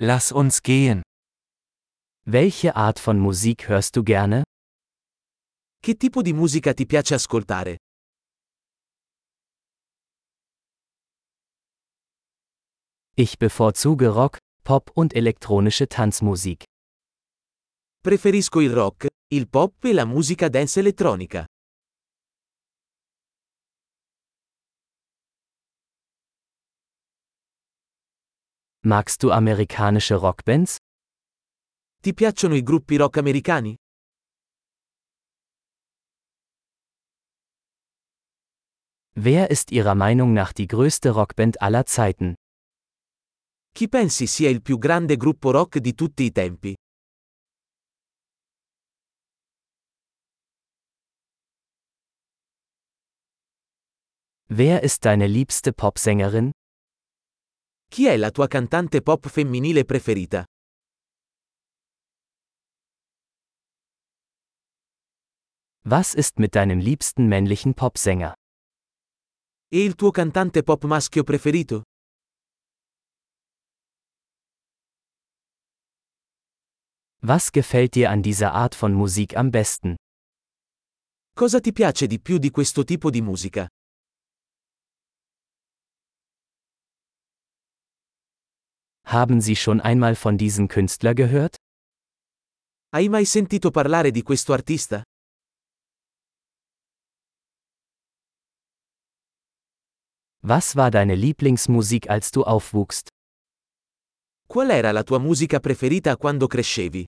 Lass uns gehen. Welche Art von Musik hörst du gerne? Che tipo di musica ti piace ascoltare? Ich bevorzuge Rock, Pop und elektronische Tanzmusik. Preferisco il rock, il pop e la musica dance elettronica. Magst du amerikanische Rockbands? Ti piacciono i gruppi rock americani? Wer ist Ihrer Meinung nach die größte Rockband aller Zeiten? Chi pensi sia il più grande gruppo rock di tutti i tempi? Wer ist deine liebste Popsängerin? Chi è la tua cantante pop femminile preferita? Was ist mit deinem liebsten männlichen Popsänger? E il tuo cantante pop maschio preferito? Was gefällt dir an dieser Art von Musik am besten? Cosa ti piace di più di questo tipo di musica? Haben Sie schon einmal von diesem Künstler gehört? Hai mai sentito parlare di questo artista? Was war deine Lieblingsmusik, als du aufwuchst? Qual era la tua musica preferita quando crescevi?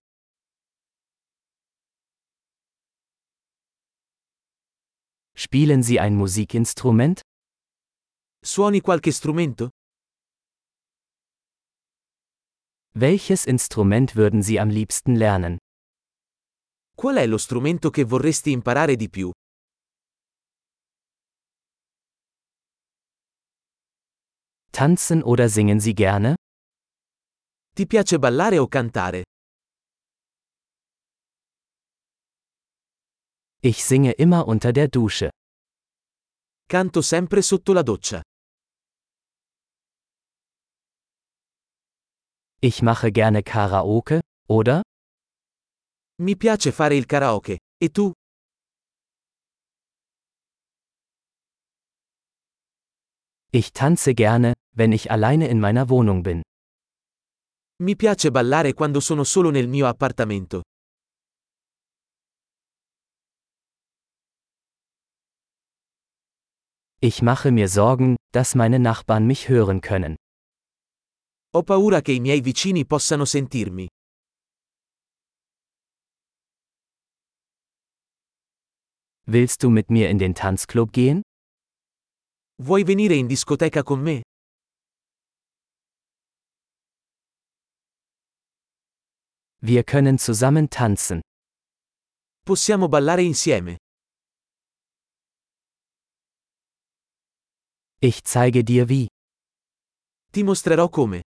Spielen Sie ein Musikinstrument? Suoni qualche strumento? Welches Instrument würden Sie am liebsten lernen? Qual è lo strumento che vorresti imparare di più? Tanzen oder singen Sie gerne? Ti piace ballare o cantare? Ich singe immer unter der Dusche. Canto sempre sotto la doccia. Ich mache gerne Karaoke, oder? Mi piace fare il karaoke. E tu? Ich tanze gerne, wenn ich alleine in meiner Wohnung bin. Mi piace ballare quando sono solo nel mio appartamento. Ich mache mir Sorgen, dass meine Nachbarn mich hören können. Ho paura che i miei vicini possano sentirmi. Willst du mit mir in den Tanzclub gehen? Vuoi venire in discoteca con me? Wir können zusammen tanzen. Possiamo ballare insieme. Ich zeige dir wie. Ti mostrerò come.